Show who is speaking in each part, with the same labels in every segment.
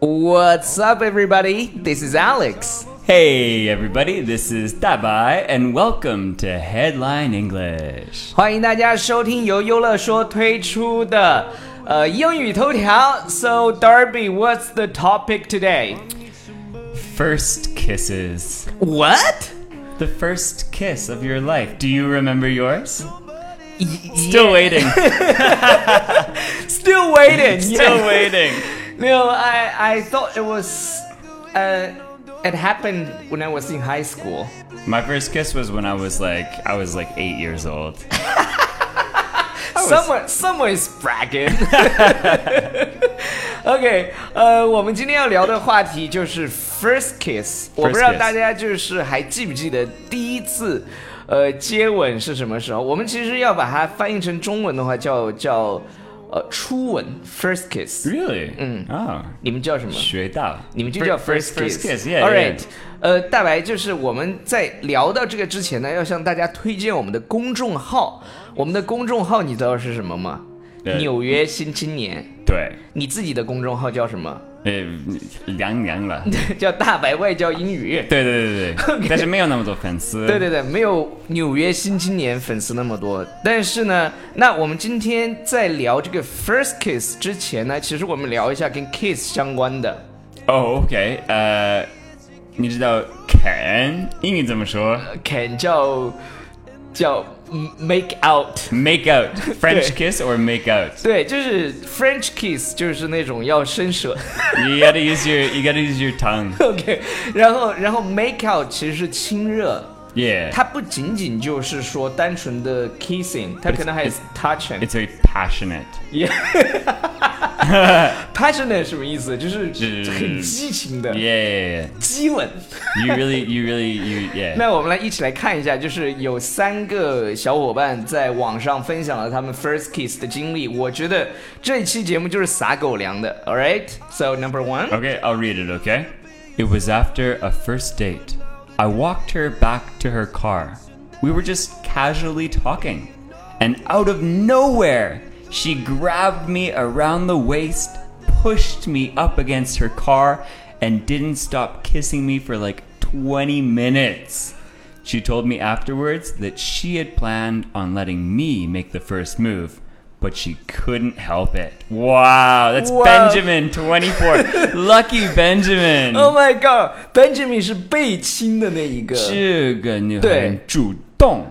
Speaker 1: What's up, everybody? This is Alex.
Speaker 2: Hey everybody, this is Dabai and welcome to Headline English.
Speaker 1: 欢迎大家收听由优乐说推出的呃英语头条。So Darby, what's the topic today?
Speaker 2: First kisses.
Speaker 1: What?
Speaker 2: The first kiss of your life. Do you remember yours? Still waiting.
Speaker 1: Still waiting.
Speaker 2: Still waiting.
Speaker 1: No, I I thought it was uh it happened when I was in high school.
Speaker 2: My first kiss was when I was like I was like 8 years old.
Speaker 1: Someone, someone is bragging. OK，呃，我们今天要聊的话题就是 first kiss。我不知道
Speaker 2: kiss
Speaker 1: 大家就是还记不记得第一次，呃，接吻是什么时候？我们其实要把它翻译成中文的话，叫叫呃初吻 first kiss。
Speaker 2: Really? Oh.
Speaker 1: 你们叫什么？
Speaker 2: 学到。
Speaker 1: 你们就叫
Speaker 2: first
Speaker 1: Mm. first kiss。
Speaker 2: first kiss. Yeah.
Speaker 1: All
Speaker 2: yeah,
Speaker 1: right，呃，大白，就是我们在聊到这个之前呢，要向大家推荐我们的公众号。我们的公众号你知道是什么吗？
Speaker 2: 呃
Speaker 1: 纽约新青年。
Speaker 2: 对。
Speaker 1: 你自己的公众号叫什么？
Speaker 2: Eh, 呃，凉凉了。
Speaker 1: 叫大白外教英语。
Speaker 2: 对对对对。但是没有那么多粉丝。
Speaker 1: 对对对，没有纽约新青年粉丝那么多，但是呢，那我们今天在聊这个 first kiss 之前呢，其实我们聊一下跟 kiss 相关的。
Speaker 2: Oh, okay. Uh, 你知道 can 英语怎么说
Speaker 1: 呃 can 叫叫 make out，
Speaker 2: ？Make out French kiss or make out?
Speaker 1: 对，就是 French kiss，就是那种要伸舌。
Speaker 2: You gotta use your you gotta use your tongue.
Speaker 1: OK，然后然后 make out 其实是亲热，
Speaker 2: Yeah.
Speaker 1: 它不仅仅就是说单纯的 kissing，它可能还有 touching。
Speaker 2: It's very passionate.
Speaker 1: passionate 什么意思？就是
Speaker 2: 是
Speaker 1: 很激情的
Speaker 2: Yeah. yeah,
Speaker 1: 激吻。
Speaker 2: yeah. You really you really you yeah.
Speaker 1: 那我们来一起来看一下，就是有三个小伙伴在网上分享了他们 first kiss 的经历。我觉得这一期节目就是撒狗粮的。All right，so number one，
Speaker 2: Okay, I'll read it. Okay. It was after a first date. I walked her back to her car. We were just casually talking, and out of nowhere, she grabbed me around the waist, pushed me up against her car, and didn't stop kissing me for like 20 minutes. She told me afterwards that she had planned on letting me make the first move, but she couldn't help it. Wow, that's
Speaker 1: Wow.
Speaker 2: Benjamin 24. Lucky Benjamin.
Speaker 1: Oh my God，Benjamin 是被亲的那一 个，
Speaker 2: 这个女孩主动。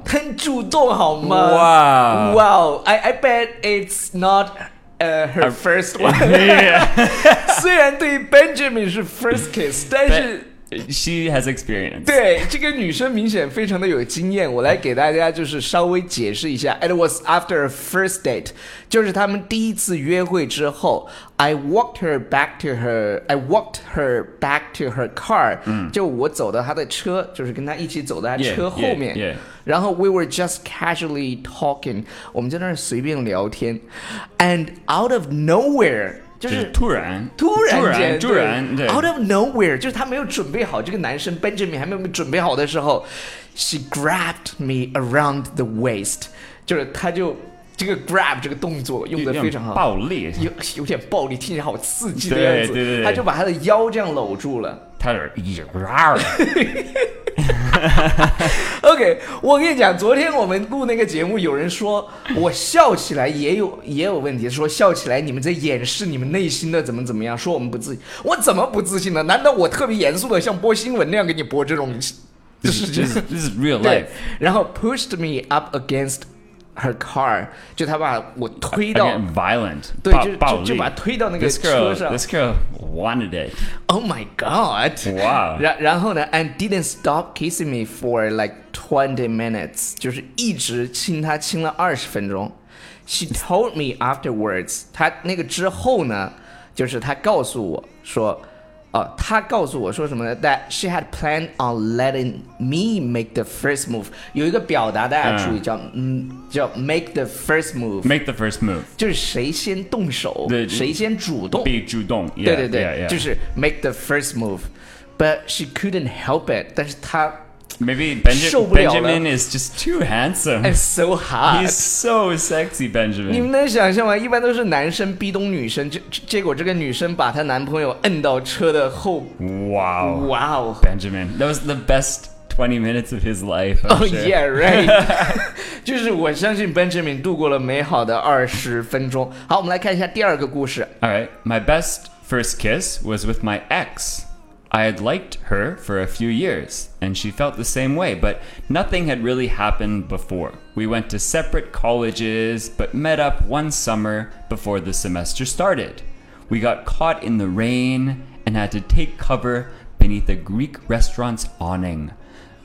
Speaker 1: 很主动好吗？
Speaker 2: 哇
Speaker 1: 哇哦，I I bet it's not 呃、her first one。
Speaker 2: Yeah.
Speaker 1: 虽然对于 Benjamin 是 first kiss，但是
Speaker 2: she has experience.
Speaker 1: 对这个女生明显非常的有经验。我来给大家就是稍微解释一下。It was after a first date，就是他们第一次约会之后，I walked her back to her I walked her back to her car。嗯，就我走到她的车，就是跟她一起走到她
Speaker 2: Yeah,
Speaker 1: 车
Speaker 2: yeah,
Speaker 1: 后面。
Speaker 2: yeah.
Speaker 1: 然后 we were just casually talking，我们在那儿随便聊天，and out of nowhere，就是
Speaker 2: 就是突然，
Speaker 1: 突然间，
Speaker 2: 突然，突然，对。
Speaker 1: 对 out of nowhere，就是他没有准备好，这个男生 Benjamin 还没有准备好的时候，she grabbed me around the waist，就是他就这个 grab 这个动作用的非常好，
Speaker 2: 有点暴力，
Speaker 1: 有有点暴力，听起来好刺激的样子，
Speaker 2: 对对对
Speaker 1: 他就把他的腰这样搂住了。
Speaker 2: 她有点，一直，哇。
Speaker 1: OK，我跟你讲，昨天我们录那个节目，有人说我笑起来也有也有问题，说笑起来你们在掩饰你们内心的怎么怎么样，说我们不自信，我怎么不自信呢？难道我特别严肃的像播新闻那样给你播这种这事
Speaker 2: This is,
Speaker 1: 情
Speaker 2: this is- this is real
Speaker 1: 对
Speaker 2: life.，
Speaker 1: 然后 pushed me up against her car，就他把我推
Speaker 2: I
Speaker 1: 到。
Speaker 2: get violent.
Speaker 1: 对，
Speaker 2: 暴-
Speaker 1: 就就
Speaker 2: 暴力。
Speaker 1: 就把他推到那个
Speaker 2: This
Speaker 1: 车
Speaker 2: girl,
Speaker 1: 上。
Speaker 2: this girl wanted it.
Speaker 1: Oh my god！
Speaker 2: 哇
Speaker 1: 然然后呢？And didn't stop kissing me for like twenty minutes，就是一直亲她亲了二十分钟。She told me afterwards，她那个之后呢，就是她告诉我说，哦，她告诉我说什么呢？That she had planned on letting me make the first move。有一个表达大家注意，叫嗯，叫 make the first move，
Speaker 2: Make the first move.
Speaker 1: 就是谁先动手，
Speaker 2: 对
Speaker 1: 谁先主动。
Speaker 2: 被主动。Yeah,
Speaker 1: 对对
Speaker 2: yeah,
Speaker 1: 对，
Speaker 2: yeah.
Speaker 1: 就是 make the first move，but she couldn't help it，但是她
Speaker 2: Maybe Benja-
Speaker 1: 受不了了。
Speaker 2: Benjamin is just too handsome.
Speaker 1: I'm so hot。
Speaker 2: He's so sexy,
Speaker 1: 你
Speaker 2: Benjamin.
Speaker 1: 们能想象吗？一般都是男生逼咚女生，这这结果这个女生把她男朋友摁到车的后，
Speaker 2: Wow.
Speaker 1: 哇哦
Speaker 2: Benjamin. That was the best 20 minutes of his life. I'm
Speaker 1: ！Oh
Speaker 2: sure.
Speaker 1: yeah, right 。 就是我相信 Benjamin 度过了美好的二十分钟。好，我们来看一下第二个故事。
Speaker 2: All right. My best first kiss was with my ex. I had liked her for a few years, and she felt the same way, but nothing had really happened before. We went to separate colleges, but met up one summer before the semester started. We got caught in the rain and had to take cover beneath a Greek restaurant's awning.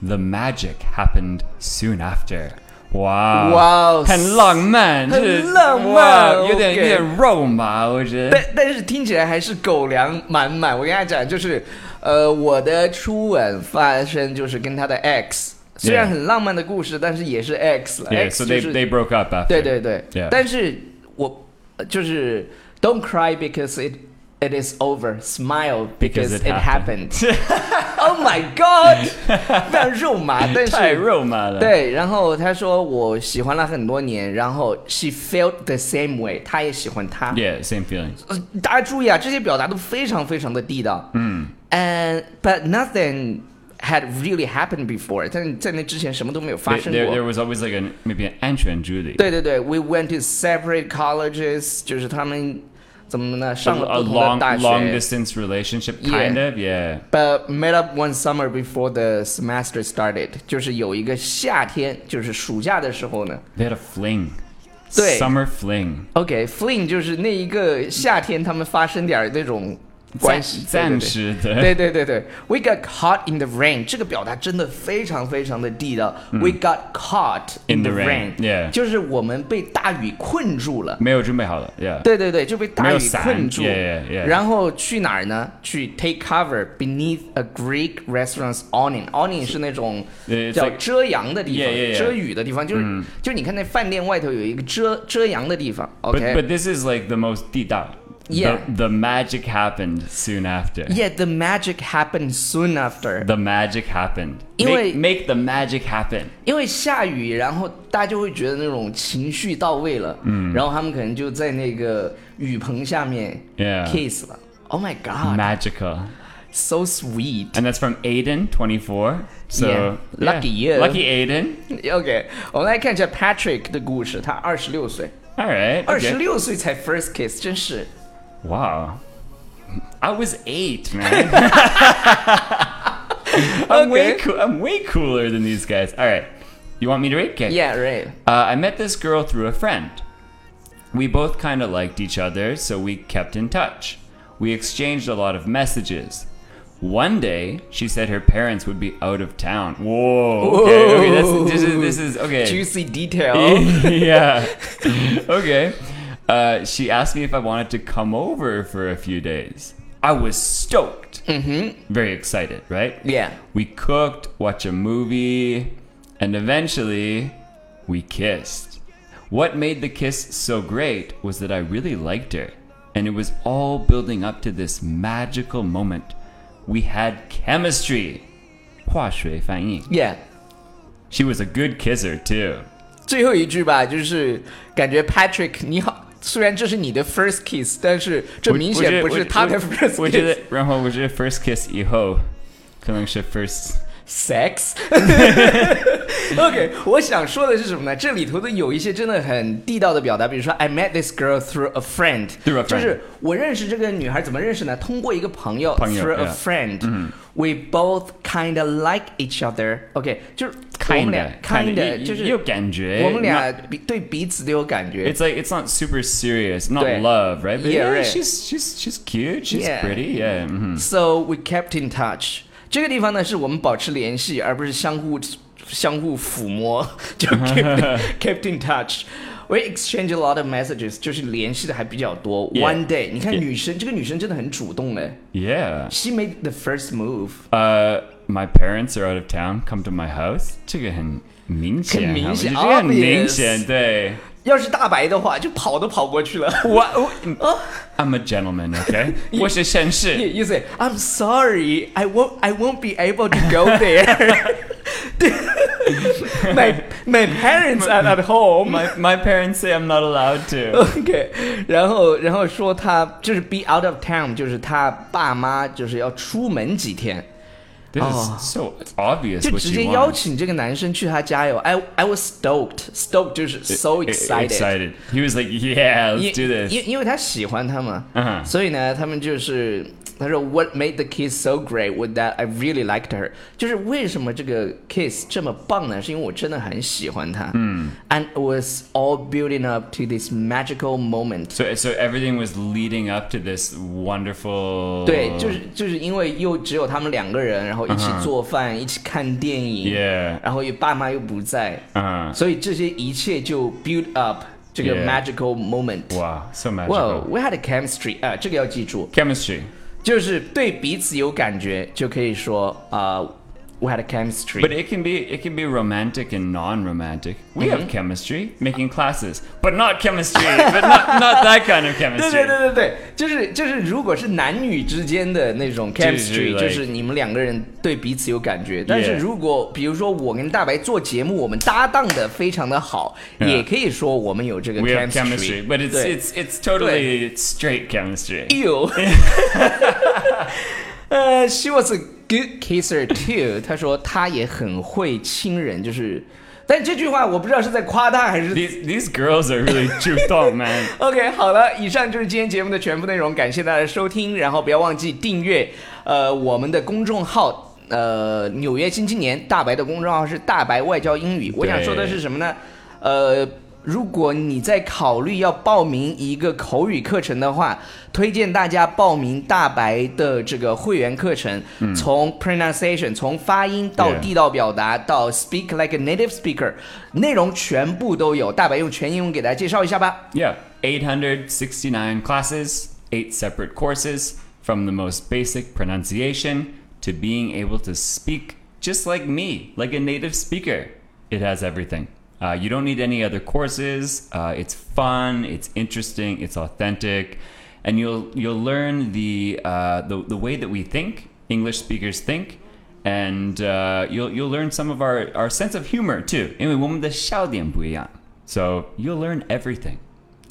Speaker 2: The magic happened soon after. Wow.
Speaker 1: Wow.
Speaker 2: 很浪漫，
Speaker 1: 很浪漫，
Speaker 2: 就是，哇，有点
Speaker 1: OK。
Speaker 2: -有点肉麻，我觉得。
Speaker 1: 但但是听起来还是狗粮满满。我跟大家讲，就是，呃，我的初吻发生就是跟他的 X，虽然
Speaker 2: Yeah.
Speaker 1: 很浪漫的故事，但是也是 X 了。
Speaker 2: Yeah,
Speaker 1: X
Speaker 2: so
Speaker 1: 就
Speaker 2: they
Speaker 1: 是
Speaker 2: they broke up after.
Speaker 1: 对对对
Speaker 2: Yeah.
Speaker 1: 但是我呃就是 Don't cry because it it is over. Smile because
Speaker 2: Because
Speaker 1: it
Speaker 2: it
Speaker 1: happened. oh my god！非常肉 麻，但是。
Speaker 2: 太肉麻了。
Speaker 1: 对，然后他说我喜欢了很多年，然后 she felt the same way，他也喜欢他。
Speaker 2: Yeah, same feeling.
Speaker 1: 呃，大家注意啊，这些表达都非常非常的地道。嗯。And but nothing had really happened before，但是在那之前什么都没有发
Speaker 2: There,
Speaker 1: 生
Speaker 2: there-
Speaker 1: 过
Speaker 2: there。was always like an maybe an Andrew and Julie.
Speaker 1: 对对对，we went to separate colleges，就是他们怎么呢，
Speaker 2: A,
Speaker 1: 上了
Speaker 2: a
Speaker 1: 不同的
Speaker 2: long
Speaker 1: 大
Speaker 2: long
Speaker 1: 学。
Speaker 2: distance relationship
Speaker 1: Yeah.
Speaker 2: kind of, yeah.
Speaker 1: But met up one summer before the semester started，就是有一个夏天，就是暑假的时候呢。
Speaker 2: They had a fling.
Speaker 1: 对。
Speaker 2: Summer fling.
Speaker 1: OK，fling、就是那一个夏天，他们发生点儿那种关系。对对对
Speaker 2: 暂时的。
Speaker 1: 对对对对，We got caught in the rain，这个表达真的非常非常的地道。We got caught in
Speaker 2: 嗯 In
Speaker 1: the
Speaker 2: the
Speaker 1: rain，
Speaker 2: rain，yeah
Speaker 1: 就是我们被大雨困住了。
Speaker 2: 没有准备好了，yeah.
Speaker 1: 对对对，就被
Speaker 2: 嗯没
Speaker 1: 大
Speaker 2: 有
Speaker 1: 雨
Speaker 2: 伞
Speaker 1: 困住。
Speaker 2: yeah, yeah, yeah
Speaker 1: 然后去哪儿呢？去 take cover beneath a Greek restaurant's awning。awning 是那种
Speaker 2: It's
Speaker 1: 叫
Speaker 2: like-
Speaker 1: 遮阳的地方
Speaker 2: Yeah, yeah, yeah
Speaker 1: 遮雨的地方，就是、
Speaker 2: 嗯
Speaker 1: 就你看那饭店外头有一个遮遮阳的地方。OK，
Speaker 2: But but this is like the most 地道。
Speaker 1: Yeah.
Speaker 2: The, the magic happened soon after.
Speaker 1: yeah, the magic happened soon after。
Speaker 2: The magic happened.
Speaker 1: 因为-
Speaker 2: Make, make the magic happen.
Speaker 1: 因为下雨，然后大家就会觉得那种情绪到位了，嗯，然后他们可能就在那个雨棚下面
Speaker 2: Yeah.
Speaker 1: kiss 了。Oh my god,
Speaker 2: Magical.
Speaker 1: so sweet.
Speaker 2: And that's from Aiden, 24. So
Speaker 1: Yeah. Lucky you.
Speaker 2: Lucky Aiden.
Speaker 1: OK，我们来看一下 Patrick 的故事。他二十六岁，
Speaker 2: All right.
Speaker 1: 二十
Speaker 2: Okay.
Speaker 1: 六岁才 first kiss，真是
Speaker 2: Wow. I was eight, man. I'm, way
Speaker 1: Okay.
Speaker 2: coo- I'm way cooler than these guys. All right. You want me to read? Okay.
Speaker 1: Yeah right。
Speaker 2: Uh, I met this girl through a friend. We both kind of liked each other, so we kept in touch. We exchanged a lot of messages. One day, she said her parents would be out of town. Whoa. Okay, okay that's, this is this is okay.
Speaker 1: Juicy detail。
Speaker 2: yeah. Oh. Okay. Uh, she asked me if I wanted to come over for a few days. I was stoked. Mm-hmm. Very excited, right?
Speaker 1: Yeah.
Speaker 2: We cooked, watched a movie, and eventually we kissed. What made the kiss so great was that I really liked her, and it was all building up to this magical moment. We had chemistry. 化学反应.
Speaker 1: Yeah。
Speaker 2: She was a good kisser, too.
Speaker 1: 最后一句吧，就是感觉 Patrick 你好，虽然这是你的 first kiss，但是这明显不是他的 first kiss。
Speaker 2: 我觉得，然后我觉得 first kiss 以后可能是 first
Speaker 1: sex 。OK，我想说的是什么呢？这里头的有一些真的很地道的表达，比如说 I met this girl through a friend，
Speaker 2: Through a friend
Speaker 1: 就是我认识这个女孩怎么认识呢？通过一个朋友
Speaker 2: 朋友
Speaker 1: through a
Speaker 2: yeah 嗯
Speaker 1: friend、We both kind of like each other。OK，就是我们俩
Speaker 2: kinda
Speaker 1: kind
Speaker 2: kinda，
Speaker 1: of 就
Speaker 2: 有
Speaker 1: 是
Speaker 2: 感觉，
Speaker 1: 我们俩
Speaker 2: not-
Speaker 1: 彼对彼此都有感觉
Speaker 2: It's。like it's not super serious, not
Speaker 1: 对
Speaker 2: love, right? But
Speaker 1: Yeah, right.
Speaker 2: she's she's she's cute, she's
Speaker 1: Yeah.
Speaker 2: pretty, yeah. mhm.
Speaker 1: So we kept in touch。这个地方呢，是我们保持联系，而不是相互相互抚摸， 就 kept kept in touch。We exchange a lot of messages，就是联系的还比较多。
Speaker 2: Yeah.
Speaker 1: One day，你看
Speaker 2: Yeah.
Speaker 1: 女生这个女生真的很主动哎
Speaker 2: Yeah.
Speaker 1: ，She made the first move，
Speaker 2: Uh, my parents are out of town. Come to my house. 这个很明显，
Speaker 1: 很明显，obvious。
Speaker 2: 这个很明显，对。
Speaker 1: 要是大白的话，就跑都跑过去了。 Oh, 我我
Speaker 2: I'm a gentleman, okay? 我是绅士。
Speaker 1: You you say I'm sorry, I won't I won't be able to go there my my parents are at home.
Speaker 2: My my parents say I'm not allowed to.
Speaker 1: OK，然后然后说他就是 be out of town，就是他爸妈就是要出门几天，
Speaker 2: This
Speaker 1: Oh.
Speaker 2: is so obvious
Speaker 1: 就
Speaker 2: what
Speaker 1: 直接
Speaker 2: she
Speaker 1: 邀
Speaker 2: wants.
Speaker 1: 请这个男生去他家哟。I I was stoked，stoked 就是 so
Speaker 2: E- e-
Speaker 1: excited。
Speaker 2: Excited. He was like, yeah, let's
Speaker 1: 因
Speaker 2: do this.
Speaker 1: 因因为他喜欢他嘛
Speaker 2: 嗯
Speaker 1: 所以呢，他们就是他说 What made the kiss so great was that I really liked her，就是为什么这个 kiss 这么棒呢？是因为我真的很喜欢她。嗯，And it was all building up to this magical moment。
Speaker 2: So so everything was leading up to this wonderful.
Speaker 1: 对，就是就是因为又只有他们两个人，然后一起做饭，一起看电影
Speaker 2: 嗯 Yeah.
Speaker 1: 然后又爸妈又不在
Speaker 2: Uh,
Speaker 1: 所以这些一切就 build up 这个
Speaker 2: Yeah.
Speaker 1: magical moment。
Speaker 2: wow, so magical.
Speaker 1: Wow, we had a chemistry 啊、这个要记住，
Speaker 2: Chemistry.
Speaker 1: 就是对彼此有感觉，就可以说啊、w e had a chemistry。
Speaker 2: But it can be it can be romantic and non-romantic. We
Speaker 1: Mm-hmm.
Speaker 2: have chemistry, making classes, but not chemistry, but not, not that kind of
Speaker 1: 对
Speaker 2: chemistry.
Speaker 1: 对对对对，就是就是，如果是男女之间的那种 chemistry，
Speaker 2: like-
Speaker 1: 就是你们两个人对彼此有感觉。但是如果比如说我跟大白做节目，我们搭档的非常的好，
Speaker 2: Yeah
Speaker 1: 也可以说我们有这个
Speaker 2: We have
Speaker 1: chemistry
Speaker 2: chemistry,。but it's
Speaker 1: 对
Speaker 2: it's it's totally straight chemistry.
Speaker 1: you，呃，she was a good kisser too。她说她也很会亲人，就是，但这句话我不知道是在夸她还是
Speaker 2: These these girls are really juiced up, man.
Speaker 1: OK，好了，以上就是今天节目的全部内容，感谢大家的收听，然后不要忘记订阅呃我们的公众号。呃，纽约新青年大白的公众号是大白外教英语。我想说的是什么呢？呃，如果你在考虑要报名一个口语课程的话，推荐大家报名大白的这个会员课程，从 pronunciation 从发音到
Speaker 2: Yeah
Speaker 1: 地地道表达到 speak like a native speaker，内容全部都有。大白用全英文给大家介绍一下吧。
Speaker 2: Yeah, 869 classes, eight separate courses, from the most basic pronunciation to being able to speak just like me, like a native speaker. It has everything. Uh, you don't need any other courses. Uh, it's fun. It's interesting. It's authentic, and you'll you'll learn the uh, the the way that we think English speakers think, and uh, you'll you'll learn some of our, our sense of humor too. 因为我们的笑点不一样. So you'll learn everything.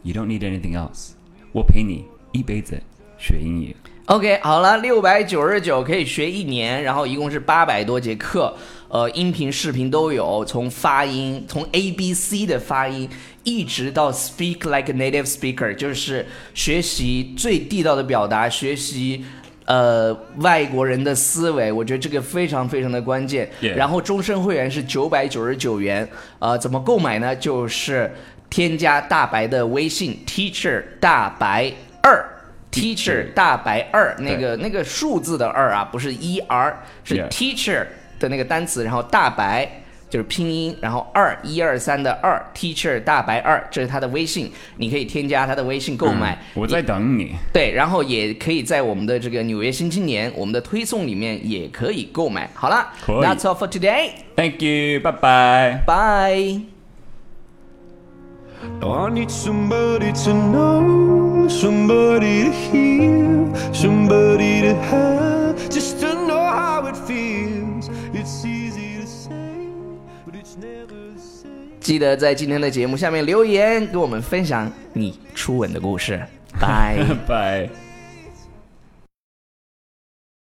Speaker 2: You don't need anything else. 我陪你一辈子学英语.
Speaker 1: OK，好了，六百九十九可以学一年，然后一共是八百多节课，呃，音频、视频都有，从发音，从 A B C 的发音，一直到 speak like a native speaker，就是学习最地道的表达，学习。呃，外国人的思维，我觉得这个非常非常的关键。
Speaker 2: Yeah
Speaker 1: 然后终身会员是九百九十九元，呃，怎么购买呢？就是添加大白的微信 teacher 大白二 teacher 大白二，那个那个数字的二啊，不是 e r，是
Speaker 2: Yeah
Speaker 1: teacher 的那个单词，然后大白。就是拼音，然后二一二三的二，teacher 大白二，这是他的微信，你可以添加他的微信购买。
Speaker 2: 嗯我在等你。
Speaker 1: 对，然后也可以在我们的这个《纽约新青年》我们的推送里面也可以购买。好了
Speaker 2: 可以
Speaker 1: ，That's all for today.
Speaker 2: Thank you. Bye bye.
Speaker 1: Bye.
Speaker 3: No, I need somebody to know, somebody to hear, somebody to have, just to know how it feels. It's easy to say, but it's never the same.
Speaker 1: 记得在今天的节目下面留言，跟我们分享你初吻的故事。拜。
Speaker 2: Bye.